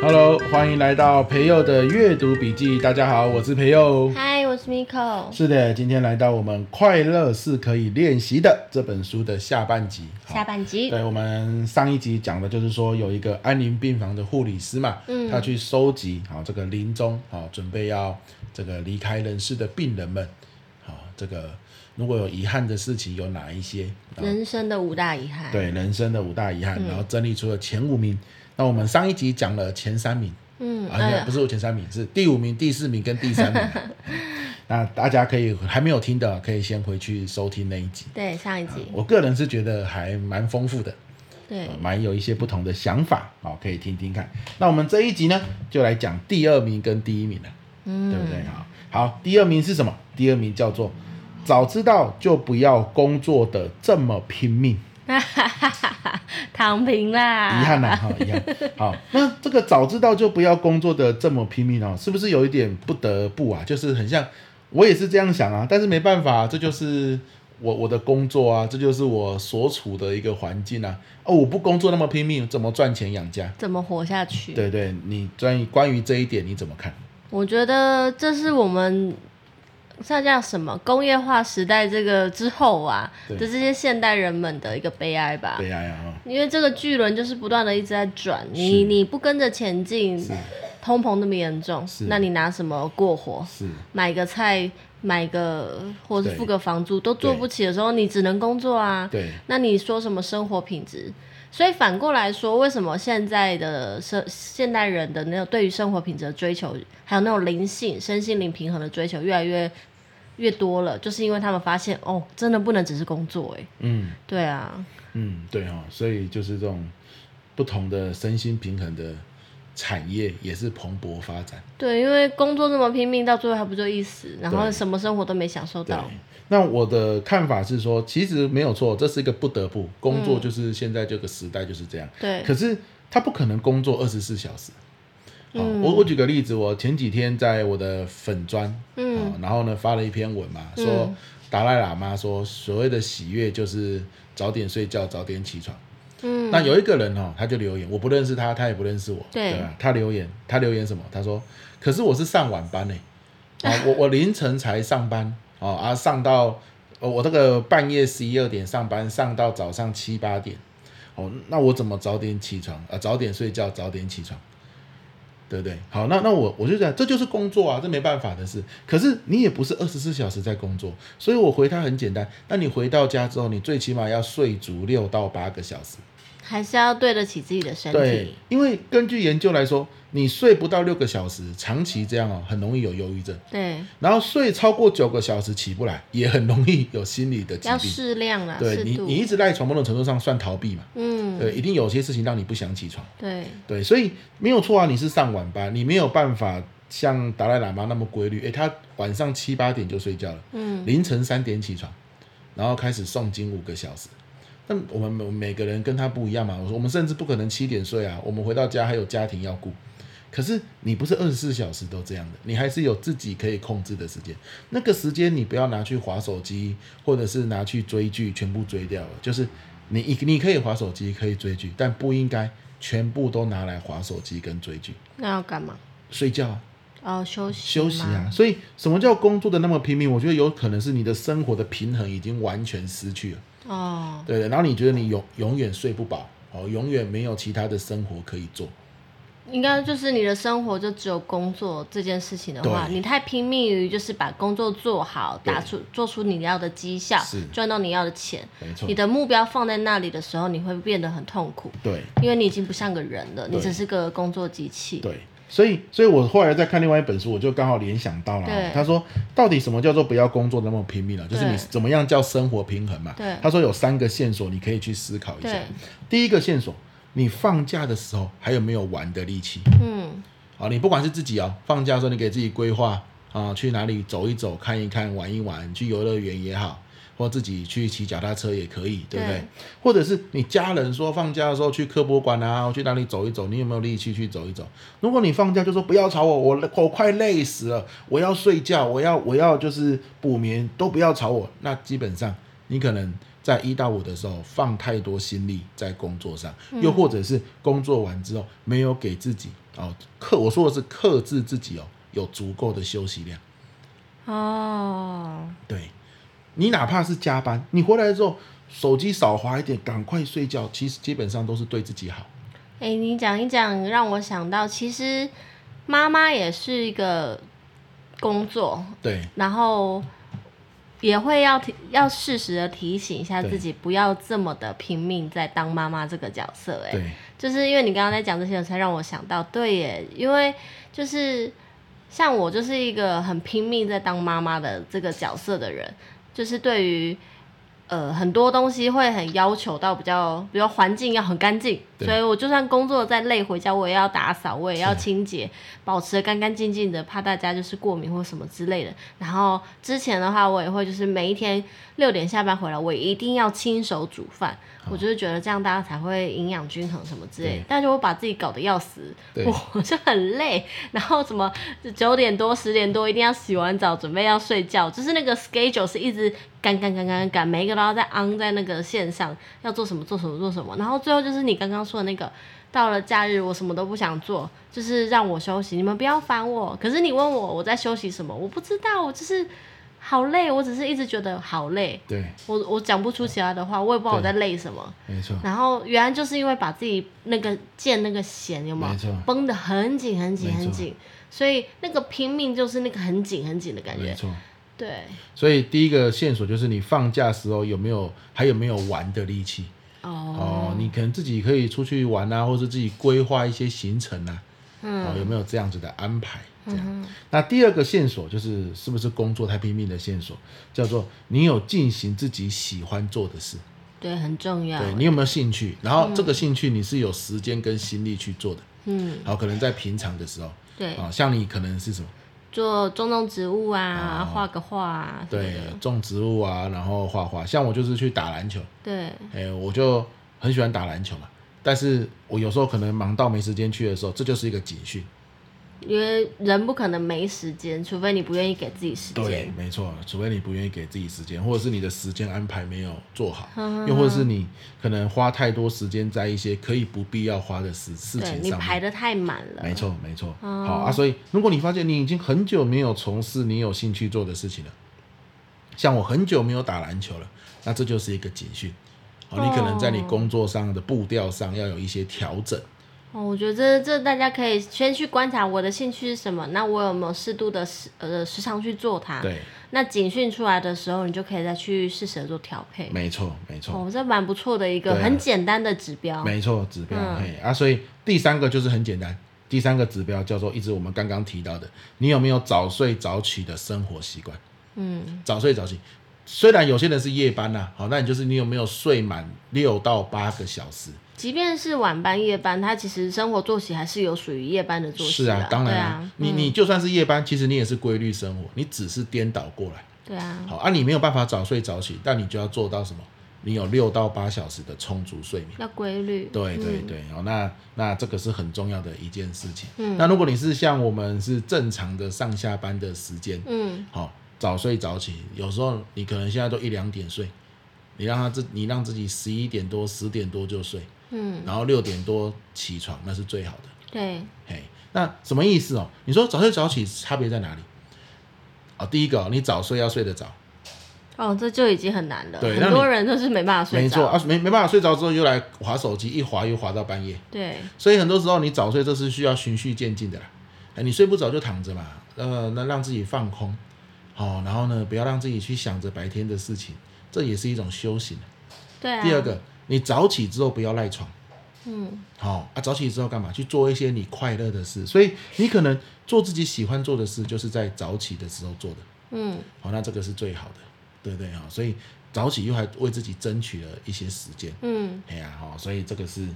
Hello，欢迎来到培佑的阅读笔记。大家好，我是培佑。嗨，我是 Miko。是的，今天来到我们《快乐是可以练习的》这本书的下半集。好下半集，对，我们上一集讲的就是说有一个安宁病房的护理师嘛，嗯他去收集好、这个临终好、准备要这个离开人世的病人们，好、这个如果有遗憾的事情有哪一些？啊人生的五大遗憾。，对人生的五大遗憾，嗯然后整理出了前五名。那我们上一集讲了前三名，嗯，啊，应哎该呀不是我前三名，是第五名、第四名跟第 三名。嗯那大家可以还没有听的，可以先回去收听那一集。对，上一集，我个人是觉得还蛮丰富的，对 呃，蛮有一些不同的想法，好，可以听听看。那我们这一集呢，就来讲第二名跟第一名了，对不嗯，对？好，好，第二名是什么？第二名叫做早知道就不要工作的这么拼命，躺平啦，遗憾呐、哈，遗憾。好，那这个早知道就不要工作的这么拼命哦，是不是有一点不得不啊？就是很像我也是这样想啊，但是没办法、这就是我我的工作啊，这就是我所处的一个环境啊。哦，我不工作那么拼命，怎么赚钱养家？怎么活下去？对对，你关于关于这一点你怎么看？我觉得这是我们这叫什么工业化时代这个之后啊对的这些现代人们的一个悲哀吧。悲哀啊！因为这个巨轮就是不断的一直在转，你你不跟着前进，通膨那么严重是，那你拿什么过活？哦是买个菜，买个或是对付个房租都做对不起的时候，你只能工作啊。对那你说什么生活品质？所以反过来说，为什么现在的生现代人的那种对于生活品质的追求，还有那种灵性、身心灵平衡的追求越来越越多了？就是因为他们发现，哦，真的不能只是工作、哎，嗯对啊，嗯，对哦，所以就是这种不同的身心平衡的产业也是蓬勃发展。对，因为工作这么拼命，到最后还不就一死，然后对什么生活都没享受对到。，那我的看法是说，其实没有错，这是一个不得不工作，就是现在这个时代就是这样。对，可是他不可能工作二十四小时。嗯哦、我我举个例子，我前几天在我的粉砖，嗯哦，然后呢发了一篇文嘛，说嗯达赖喇嘛说所谓的喜悦就是早点睡觉，早点起床。嗯，那有一个人哦，他就留言，我不认识他，他也不认识我，对吧？他留言，他留言什么？他说，可是我是上晚班呢、啊，我我 凌晨才上班哦，啊，上到哦我这个半夜十一二点上班，上到早上七八点，哦，那我怎么早点起床啊？早点睡觉，早点起床，对不对？好，那那我我就讲，这就是工作啊，这没办法的事。可是你也不是二十四小时在工作，所以我回他很简单，那你回到家之后，你最起码要睡足六到八个小时。还是要对得起自己的身对体。，因为根据研究来说，你睡不到六个小时，长期这样哦，很容易有忧郁症。对，然后睡超过九个小时起不来，也很容易有心理的疾要病。适量啦，对适你，度你。一直赖床，某种程度上算逃避嘛。嗯，对，一定有些事情让你不想起床。对，对，所以没有错啊，你是上晚班，你没有办法像达赖喇嘛那么规律。诶，他晚上七八点就睡觉了，嗯，凌晨三点起床，然后开始诵经五个小时。那我们每每个人跟他不一样嘛，我说我们甚至不可能七点睡啊，我们回到家还有家庭要顾。可是你不是二十四小时都这样的，你还是有自己可以控制的时间。那个时间你不要拿去划手机，或者是拿去追剧，全部追掉了。就是你你你可以划手机，可以追剧，但不应该全部都拿来划手机跟追剧，那要干嘛？睡觉啊。哦，休息休息嘛啊。。所以什么叫工作的那么拼命？我觉得有可能是你的生活的平衡已经完全失去了，哦，对的。然后你觉得你永永远睡不饱，哦，永远没有其他的生活可以做，应该就是你的生活就只有工作这件事情的话，对你太拼命于就是把工作做好，对打出做出你要的绩效是，赚到你要的钱。没错你。的目标放在那里的时候，你会变得很痛苦，对因为你已经不像个人了，你对只是个工作机器。对，所以所以我后来在看另外一本书，我就刚好联想到了哦，对他说到底什么叫做不要工作那么拼命了？啊就是你对怎么样叫生活平衡嘛？对他说有三个线索，你可以去思考一下对。第一个线索，你放假的时候还有没有玩的力气？嗯，啊，你不管是自己哦，放假的时候你给自己规划啊，去哪里走一走、看一看、玩一玩，去游乐园也好，或自己去骑脚踏车也可以，对不对？对或者是你家人说放假的时候去科博馆啊，去哪里走一走，你有没有力气去走一走？如果你放假就说不要吵我，我我快累死了，我要睡觉，我要我要就是补眠，都不要吵我，那基本上你可能。在一到五的时候放太多心力在工作上，又或者是工作完之后没有给自己哦克，我说的是克制自己哦，有足够的休息量。哦，对，你哪怕是加班，你回来之后手机少滑一点，赶快睡觉，其实基本上都是对自己好。哎、你讲一讲，让我想到，其实妈妈也是一个工作，对然后也会要提要适时的提醒一下对自己，不要这么的拼命在当妈妈这个角色、哎，对就是因为你刚刚在讲这些，才让我想到，对耶，因为就是像我就是一个很拼命在当妈妈的这个角色的人，就是对于呃很多东西会很要求到比较，比如环境要很干净，对所以我就算工作再累，回家我也要打扫，我也要是清洁，保持得干干净净的，怕大家就是过敏或什么之类的。然后之前的话，我也会就是每一天六点下班回来，我一定要亲手煮饭。我就是觉得这样大家才会营养均衡什么之类的对，但就我把自己搞得要死，对我 就很累。然后怎么九点多、十点多一定要洗完澡，准备要睡觉，就是那个 schedule 是一直赶赶赶赶赶，每一个都要在 on 在那个线上，要做什么做什么做什么。然后最后就是你刚刚说的那个，到了假日我什么都不想做，就是让我休息，你们不要烦我。可是你问我我在休息什么，我不知道，我就是好累，我只是一直觉得好累。对，我我讲不出其他的话，我也不知道我在累什么。没错，然后原来就是因为把自己那个箭那个弦有没没错有绷得很紧很紧没错很紧，所以那个拼命就是那个很紧很紧的感没觉。错。对，所以第一个线索就是你放假时候有没有还有没有玩的力气哦哦，你可能自己可以出去玩啊，或者自己规划一些行程啊，哦，有嗯没有这样子的安排？这样。嗯那第二个线索就是是不是工作太拼命的线索，叫做你有进行自己喜欢做的事，哼，对，很重要。对你有没有兴趣？然后这个兴趣你是有时间跟心力去做的，嗯，好，可能在平常的时候，对，啊，像你可能是什么？做种种植物哦啊，画个画啊，对什么的，种植物啊，然后画画。像我就是去打篮球，对，哎、我就很喜欢打篮球嘛。但是我有时候可能忙到没时间去的时候，这就是一个警讯。因为人不可能没时间，除非你不愿意给自己时对间。，没错，除非你不愿意给自己时间，或者是你的时间安排没有做好，嗯又或者是你可能花太多时间在一些可以不必要花的事事对情你上排面。的太满了。没错，没错。哦好啊，所以如果你发现你已经很久没有从事你有兴趣做的事情了，像我很久没有打篮球了，那这就是一个警讯。哦，你可能在你哦工作上的步调上要有一些调整。哦，我觉得这这大家可以先去观察我的兴趣是什么，那我有没有适度的时呃时常去做它？对，那警讯出来的时候，你就可以再去适时的做调配。没错，没错。哦，这蛮不错的一个、对啊很简单的指标。没错，指标、嗯嘿啊，所以第三个就是很简单，第三个指标叫做一直我们刚刚提到的，你有没有早睡早起的生活习惯？嗯，早睡早起，虽然有些人是夜班呐、好，那你就是你有没有睡满六到八个小时？即便是晚班、夜班，它其实生活作息还是有属于夜班的作息是啊，当然对啦、啊，你你就算是夜班，其实你也是规律生活，你只是颠倒过来。对啊，好啊，你没有办法早睡早起，但你就要做到什么？你有六到八小时的充足睡眠。要规律。对对嗯嗯对，哦，那那这个是很重要的一件事情。那如果你是像我们是正常的上下班的时间，嗯，好、早睡早起，有时候你可能现在都一两点睡，你让他自你让自己十一点多、十点多就睡，嗯，然后六点多起床，那是最好的。对，嘿，那什么意思哦？你说早睡早起差别在哪里？哦，第一个、哦，你早睡要睡得早，哦，这就已经很难了。对很那多你人都是没办法睡没着。错啊，没没办法睡着之后又来划手机，一划又划到半夜。对，所以很多时候你早睡这是需要循序渐进的啦。哎，你睡不着就躺着嘛，呃，那让自己放空，好、然后呢，不要让自己去想着白天的事情，这也是一种修行。对啊。第二，个，你早起之后不要赖床，嗯，好、啊，早起之后干嘛？去做一些你快乐的事。所以你可能做自己喜欢做的事，就是在早起的时候做的，嗯。好、那这个是最好的，对不对啊、所以早起又还为自己争取了一些时间，嗯，哎呀，好、所以这个是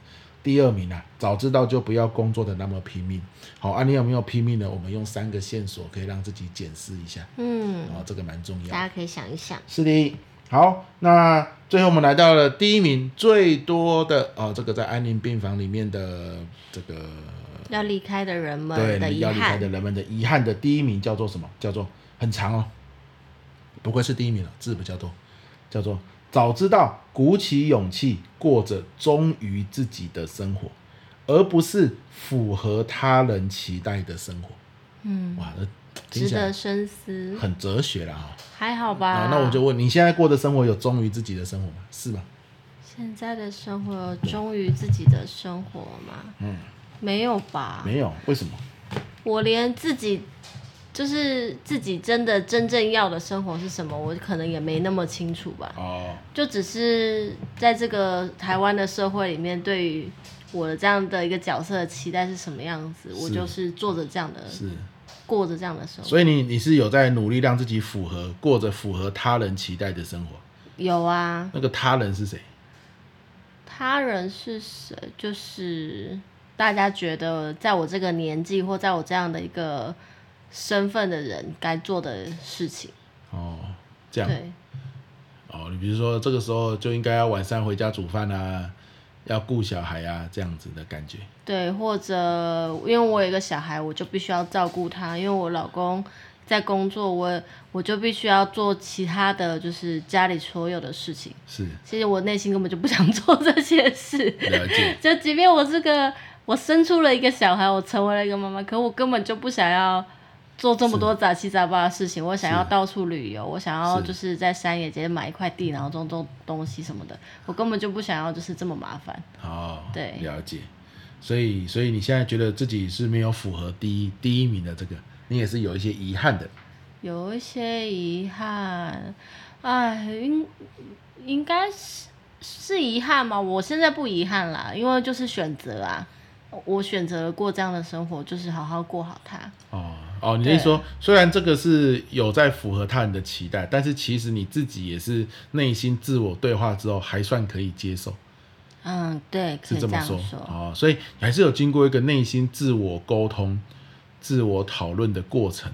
第二名啊。早知道就不要工作的那么拼命。好、啊，你有没有拼命呢？我们用三个线索可以让自己检视一下，嗯，哦，这个蛮重要大的。家可以想一想。是的，好，那最后我们来到了第一名最多的哦，这个在安宁病房里面的这个要离开的人对们的遗要离开憾的，人们的遗憾的第一名叫做什么？叫做很长哦，不愧是第一名了，字比较多，叫做早知道鼓起勇气过着忠于自己的生活，而不是符合他人期待的生活。嗯，哇，那听值起来得深思，很哲学了啊、还好啊吧？那我就问你，现在过的生活有忠于自己的生活吗？是吧？现在的生活有忠于自己的生活吗？嗯，没有吧？没有，为什么？我连自己就是自己真的真正要的生活是什么，我可能也没那么清楚吧。哦，就只是在这个台湾的社会里面，对于我的这样的一个角色的期待是什么样子，我是就是做着这样的，是，过着这样的生活。所以你你是有在努力让自己符合，过着符合他人期待的生活。有啊，那个他人是谁？他人是谁？就是大家觉得在我这个年纪或在我这样的一个身份的人该做的事情。哦，这样对，哦，你比如说这个时候就应该要晚上回家煮饭啊，要顾小孩啊，这样子的感觉。对，或者因为我有一个小孩，我就必须要照顾他，因为我老公在工作，我我就必须要做其他的，就是家里所有的事情。是，其实我内心根本就不想做这些事，了解， 就即便我这个我生出了一个小孩，我成为了一个妈妈，可我根本就不想要做这么多杂七杂八的事情。我想要是到处旅游，我想要是就是在山野间买一块地，然后种种东西什么的，我根本就不想要就是这么麻烦。哦，对了解。所以，所以你现在觉得自己是没有符合第一第一名的这个，你也是有一些遗憾的。有一些遗憾，哎，应应该是是遗憾吧。我现在不遗憾啦，因为就是选择啊，我选择了过这样的生活，就是好好过好它。哦哦，你是说，虽然这个是有在符合他人的期待，但是其实你自己也是内心自我对话之后，还算可以接受，嗯，对，可是以这这么样说哦。所以你还是有经过一个内心自我沟通、自我讨论的过程，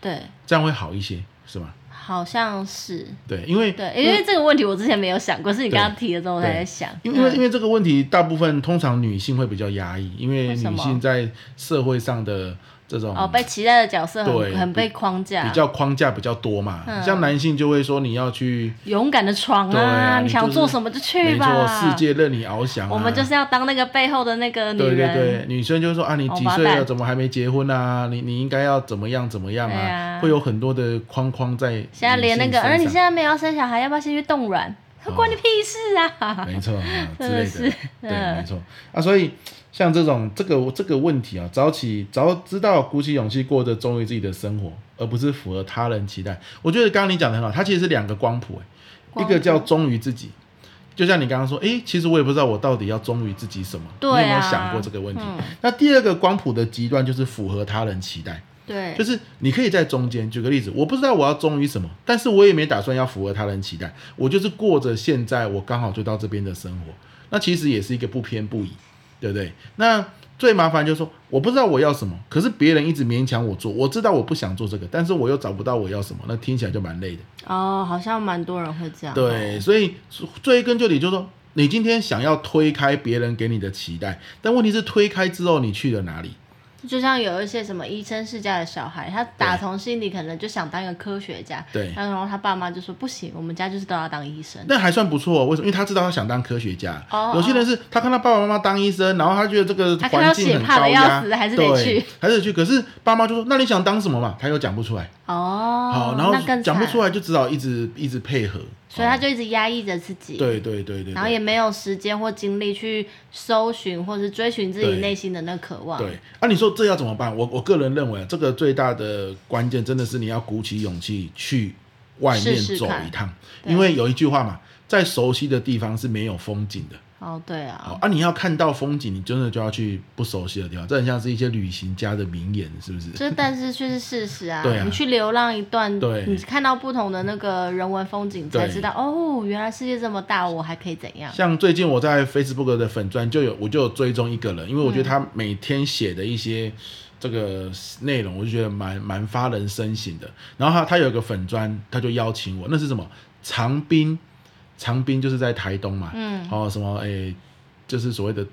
对，这样会好一些，是吗？好像是对，因为对，因为这个问题我之前没有想过，是你刚刚提了之后我才对在想。嗯因为因为因为为这个问题，大部分通常女性会比较压抑，因为为什女么性在社会上的这种哦，被期待的角色对很很被比框架，比较框架比较多嘛，嗯像男性就会说你要去勇敢的闯对啊，你想就是做什么就去没错，吧。世界任你翱翔、啊。我们就是要当那个背后的那个女对人。对对，女生就会说啊，你王几八岁了，蛋怎么还没结婚啊？你你应该要怎么样怎么样对啊？啊会有很多的框框在。现在连那个，而而你现在没有要生小孩，要不要先去冻卵？哦关你屁事 啊！没错、啊、之真类的的是， 对，嗯没错啊。所以像这种这个这个问题啊，早起早知道鼓起勇气过着忠于自己的生活，而不是符合他人期待。我觉得刚刚你讲的很好，它其实是两个光谱、欸，一光个叫谱忠于自己。就像你刚刚说，诶，其实我也不知道我到底要忠于自己什么。对你有没有啊想过这个问题？嗯那第二个光谱的极端就是符合他人期待，对，就是你可以在中间。举个例子，我不知道我要忠于什么，但是我也没打算要符合他人期待，我就是过着现在我刚好就到这边的生活。那其实也是一个不偏不倚，对不对？那最麻烦就是说，我不知道我要什么，可是别人一直勉强我做，我知道我不想做这个，但是我又找不到我要什么，那听起来就蛮累的。哦，好像蛮多人会这样。对，，所以追根究底就是说，你今天想要推开别人给你的期待，但问题是推开之后你去了哪里？就像有一些什么医生世家的小孩，他打从心里可能就想当一个科学家，对然后他爸妈就说不行，我们家就是都要当医生。那还算不错、为什么？因为他知道他想当科学家。哦有些人是他看到爸爸妈妈当医生，然后他觉得这个他看环到境血很怕得高要压，死还是得对去，还是得去。可是爸妈就说：“那你想当什么嘛？”他又讲不出来。哦，好，然后那更讲不惨出，来，就只好一直一直配合。所以他就一直压抑着自己。。对对对对，然后对也没有时间或精力去搜寻或是追寻自对己内心的那渴望。对，啊，你说这要怎么办？我我个人认为，啊这个最大的关键真的是你要鼓起勇气去外面试试走看一趟，对因为有一句话嘛，在熟悉的地方是没有风景的。哦，对好啊，啊，你要看到风景，你真的就要去不熟悉的地方。这很像是一些旅行家的名言，是不是？这但是却是事实啊！对啊你去流浪一段，对你看到不同的那个人文风景，对才知道哦，原来世界这么大，我还可以怎样？像最近我嗯在 Facebook 的粉砖就有，我就有追踪一个人，因为我觉得他每天写的一些。这个内容，我就觉得蛮蛮发人深省的。然后他他有一个粉砖，他就邀请我，那是什么？长滨，长滨就是在台东嘛，嗯，哦，什么诶、就是所谓的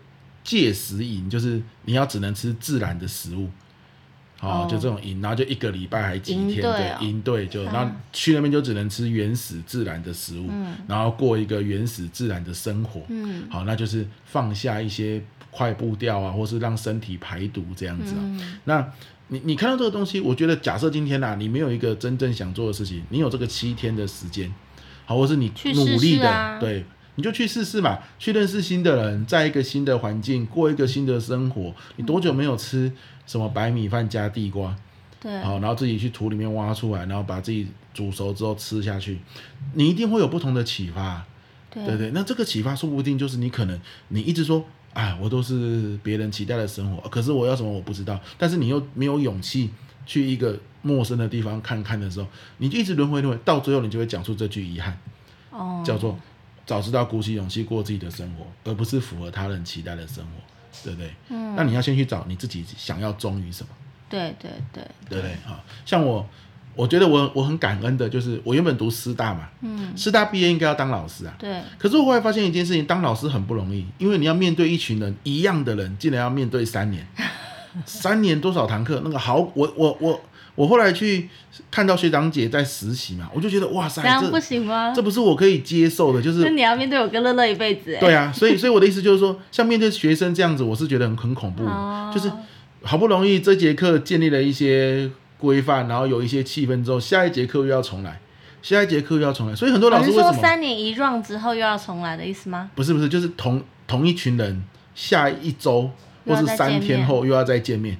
戒食饮，就是你要只能吃自然的食物，哦，哦就这种饮，然后就一个礼拜还几营天，队对哦，营队就，然后去那边就只能吃原始自然的食物，然后过一个原始自然的生活，嗯好，那就是放下一些快步调啊，或是让身体排毒这样子啊。嗯那你你看到这个东西，我觉得假设今天啊，你没有一个真正想做的事情，你有这个七天的时间，好，或是你去努力试试的，啊对，你就去试试嘛，去认识新的人，在一个新的环境过一个新的生活。你多久没有吃什么白米饭加地瓜？对，好，然后自己去土里面挖出来，然后把自己煮熟之后吃下去，你一定会有不同的启发。对对对，那这个启发说不定就是你可能你一直说啊，我都是别人期待的生活，可是我要什么我不知道，但是你又没有勇气去一个陌生的地方看看的时候，你就一直轮回轮回，到最后你就会讲出这句遗憾，哦，叫做早知道鼓起勇气过自己的生活，而不是符合他人期待的生活，对不对？嗯那你要先去找你自己想要忠于什么。对对对，对不对？啊、像我，我觉得我我很感恩的，就是我原本读师大嘛，嗯，师大毕业应该要当老师啊。对，可是我后来发现一件事情，当老师很不容易，因为你要面对一群人一样的人，竟然要面对三 年，三年多少堂课？那个好，我我我我后来去看到学长姐在实习嘛，我就觉得哇塞这，样不这行吗这？不是我可以接受的，就是那你要面对我跟乐乐一辈子，哎对啊，所以所以我的意思就是说，像面对学生这样子，我是觉得很很恐怖，哦就是好不容易这节课建立了一些规范，然后有一些气氛之后，下一节课又要重来，下一节课又要重来，所以很多老哦你师是为说什么三年一 round 之后又要重来的意思吗？不是不是就是同同一群人下一周或又要是再三见天面后又要再见面，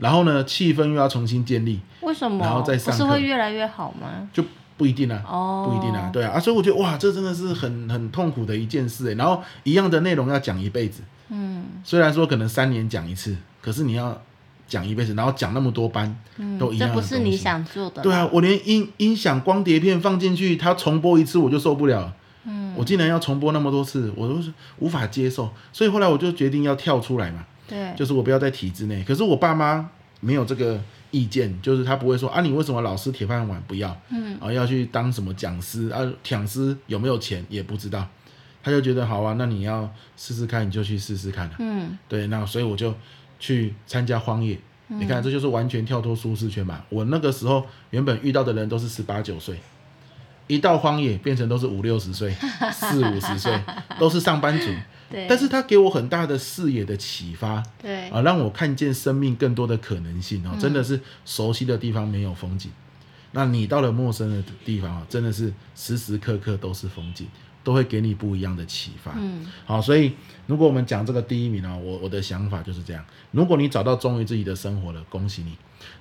然后呢气氛又要重新建立，为什么？然后再上课不是会越来越好吗？就不一定啊。哦，不一定啊，，对啊，啊，所以我觉得哇，这真的是很很痛苦的一件事欸然后一样的内容要讲一辈子，嗯，虽然说可能三年讲一次，可是你要讲一辈子，然后讲那么多班，嗯都一样这的不是东你西想做的，对，啊，我连音音响光碟片放进去，它重播一次我就受不了，嗯，我竟然要重播那么多次，我都是无法接受，所以后来我就决定要跳出来嘛，对，就是我不要在体制内。可是我爸妈没有这个意见，就是他不会说啊，你为什么老师铁饭碗不要？嗯，啊，要去当什么讲师啊？讲师有没有钱也不知道，他就觉得好啊，那你要试试看，你就去试试看啊。嗯，对，那所以我就去参加荒野。你看，这就是完全跳脱舒适圈嘛。我那个时候原本遇到的人都是十八九岁，一到荒野变成都是五六十 岁、四五十岁，都是上班族。对，但是他给我很大的视野的启发对，嗯啊，让我看见生命更多的可能性哦。真的是熟悉的地方没有风景，那你到了陌生的地方啊，真的是时时刻刻都是风景，都会给你不一样的启发。嗯，好，所以如果我们讲这个第一名呢、我我的想法就是这样：如果你找到忠于自己的生活了，恭喜你；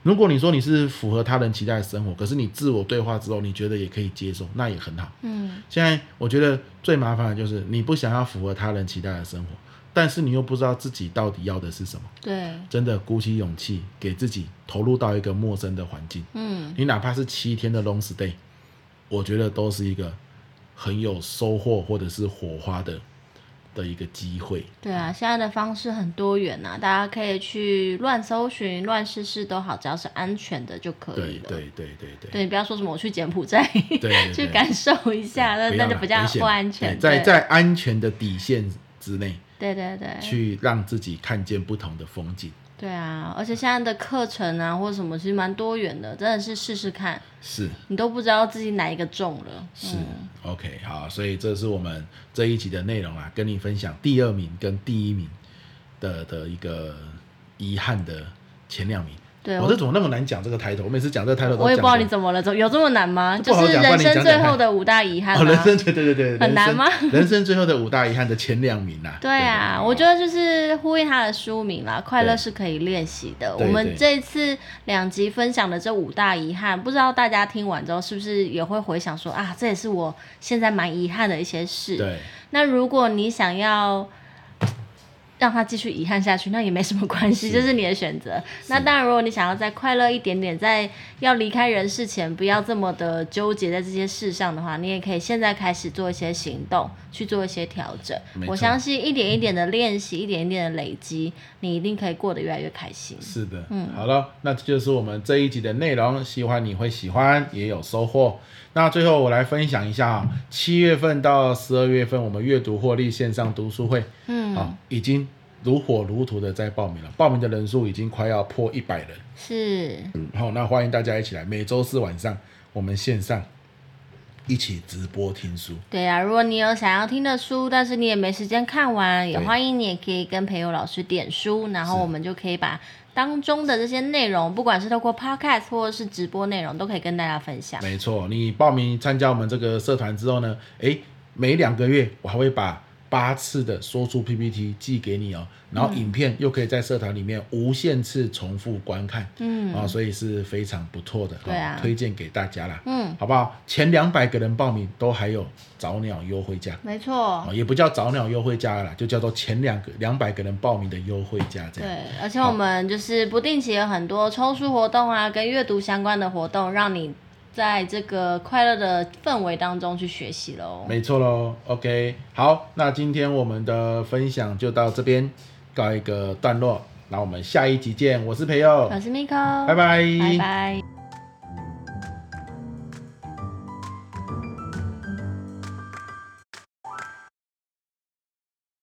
如果你说你是符合他人期待的生活，可是你自我对话之后，你觉得也可以接受，那也很好。嗯，现在我觉得最麻烦的就是你不想要符合他人期待的生活，但是你又不知道自己到底要的是什么。对，真的鼓起勇气，给自己投入到一个陌生的环境，嗯，你哪怕是七天的 long stay，我觉得都是一个很有收获或者是火花的的一个机会。对啊，现在的方式很多元呐、大家可以去乱搜寻、乱试试都好，只要是安全的就可对以了。对对对对对你不要说什么我去柬埔寨对对 去感受一下，那不那要就啦比较危险不安对全。在对哎在安全的底线之内，对对对，去让自己看见不同的风景。对啊，而且现在的课程啊或者什么，其实蛮多元的，真的是试试看，是你都不知道自己哪一个中了。是、o 嗯 k 好，所以这是我们这一集的内容啊，跟你分享第二名跟第一名的的一个遗憾的前两名。对我、我这怎么那么难讲这个抬头？我每次讲这个抬头都我也不知道你么、怎么了，怎么有这么难吗？这就不好是讲不人然你讲讲生最看后的五大 遗憾哦，人啊。生对对对对，很难人生吗？人生最后的五大遗憾的前两名啊。 对啊，我觉得得就是呼应他的书名啦，快乐对是可以练习的。我对们对这一次两集分享的这五大遗憾，不知道大家听完之后是不是也会回想说啊，这也是我现在蛮遗憾的一些事。对那如果你想要让他继续遗憾下去，那也没什么关系，这是你的选择。那当然，如果你想要再快乐一点点，在要离开人世前，不要这么的纠结在这些事上的话，你也可以现在开始做一些行动，去做一些调整没。我错相信一点一点的练习，一点一点的累积，你一定可以过得越来越开心。是的，嗯，好了，那这就是我们这一集的内容，希望你会喜欢，也有收获。那最后我来分享一下啊、七月份到十二月份我们阅读获利线上读书会，嗯，啊，已经如火如荼的在报名了，报名的人数已经快要破一百人。是，好、那欢迎大家一起来，每周四晚上我们线上一起直播听书。对啊，如果你有想要听的书，但是你也没时间看完，也对欢迎你也可以跟培友老师点书，然后是我们就可以把当中的这些内容，不管是透过 podcast 或者是直播内容，都可以跟大家分享。没错，你报名参加我们这个社团之后呢，诶，每两个月我还会把八次的说出 PPT 寄给你哦，然后影片又可以在社团里面无限次重复观看，嗯啊、所以是非常不错的，对啊哦推荐给大家啦，嗯，好不好？前两百个人报名都还有早鸟优惠价。没错哦，，也不叫早鸟优惠价啦，就叫做前两个两百个人报名的优惠价这样。对，而且我们就是不定期有很多抽书活动啊，跟阅读相关的活动，让你在这个快乐的氛围当中去学习喽。没错喽，OK，好，那今天我们的分享就到这边告一个段落，那我们下一集见，我是培佑，我是 Miko，拜拜拜拜。